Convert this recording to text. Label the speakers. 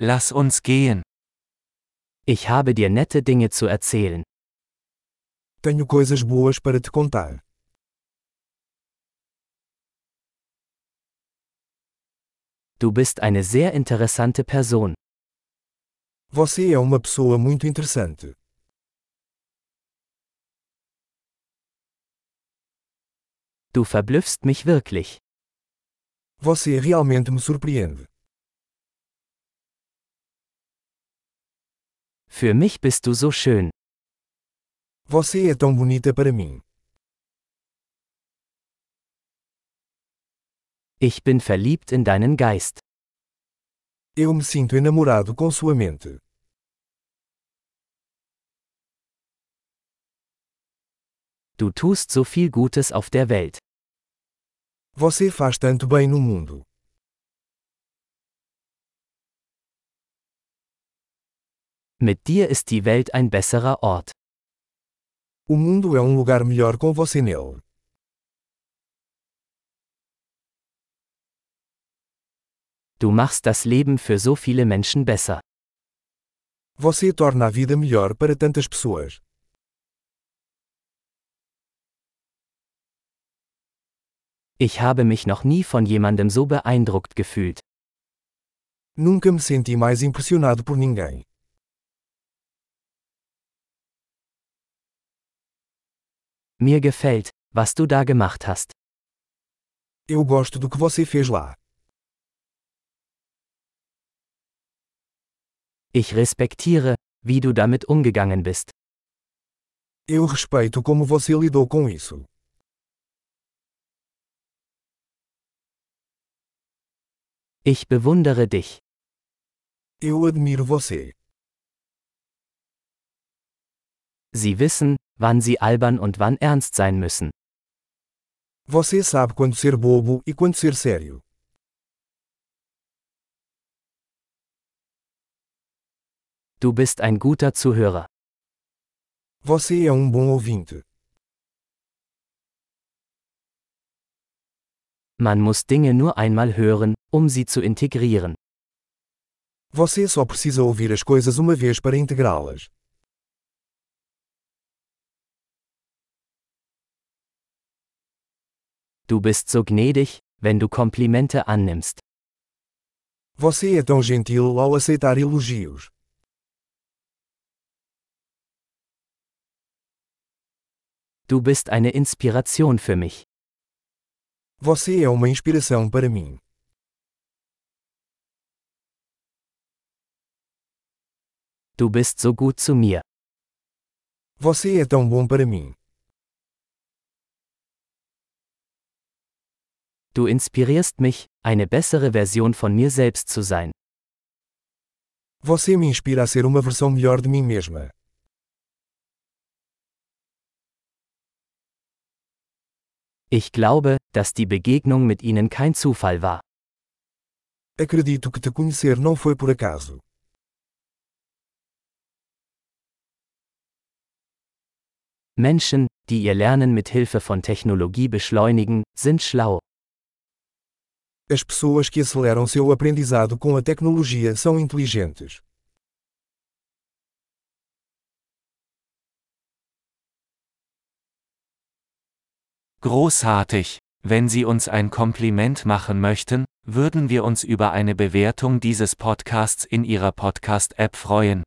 Speaker 1: Lass uns gehen.
Speaker 2: Ich habe dir nette Dinge zu erzählen.
Speaker 3: Tenho coisas boas para te contar.
Speaker 2: Du bist eine sehr interessante Person.
Speaker 3: Você é uma pessoa muito interessante.
Speaker 2: Du verblüffst mich wirklich.
Speaker 3: Você realmente me surpreende.
Speaker 2: Für mich bist du so schön.
Speaker 3: Você é tão bonita para mim.
Speaker 2: Ich bin verliebt in deinen Geist.
Speaker 3: Eu me sinto enamorado com sua mente.
Speaker 2: Du tust so viel Gutes auf der Welt.
Speaker 3: Você faz tanto bem no mundo.
Speaker 2: Mit dir ist die Welt ein besserer Ort.
Speaker 3: O mundo é um lugar melhor com você nele.
Speaker 2: Du machst das Leben für so viele Menschen besser.
Speaker 3: Você torna a vida melhor para tantas pessoas.
Speaker 2: Ich habe mich noch nie von jemandem so beeindruckt gefühlt.
Speaker 3: Nunca me senti mais impressionado por ninguém.
Speaker 2: Mir gefällt, was du da gemacht hast.
Speaker 3: Eu gosto do que você fez lá.
Speaker 2: Ich respektiere, wie du damit umgegangen bist.
Speaker 3: Eu respeito como você lidou com isso.
Speaker 2: Ich bewundere dich.
Speaker 3: Eu admiro você.
Speaker 2: Sie wissen, wann sie albern und wann ernst sein müssen.
Speaker 3: Você sabe quando ser bobo e quando ser sério.
Speaker 2: Du bist ein guter Zuhörer.
Speaker 3: Você é um bom ouvinte.
Speaker 2: Man muss Dinge nur einmal hören, um sie zu integrieren.
Speaker 3: Você só precisa ouvir as coisas uma vez para integrá-las.
Speaker 2: Du bist so gnädig, wenn du Komplimente annimmst.
Speaker 3: Você é tão gentil ao aceitar elogios.
Speaker 2: Du bist eine Inspiration für mich.
Speaker 3: Você é uma inspiração para mim.
Speaker 2: Du bist so gut zu mir.
Speaker 3: Você é tão bom para mim.
Speaker 2: Du inspirierst mich, eine bessere Version von mir selbst zu sein.
Speaker 3: Você me inspira a ser uma versão melhor de mim mesma.
Speaker 2: Ich glaube, dass die Begegnung mit ihnen kein Zufall war.
Speaker 3: Acredito que te conhecer não foi por acaso.
Speaker 2: Menschen, die ihr Lernen mit Hilfe von Technologie beschleunigen, sind schlau.
Speaker 3: As pessoas que aceleram seu aprendizado com a tecnologia são inteligentes.
Speaker 1: Großartig. Wenn Sie uns ein Kompliment machen möchten, würden wir uns über eine Bewertung dieses Podcasts in Ihrer Podcast-App freuen.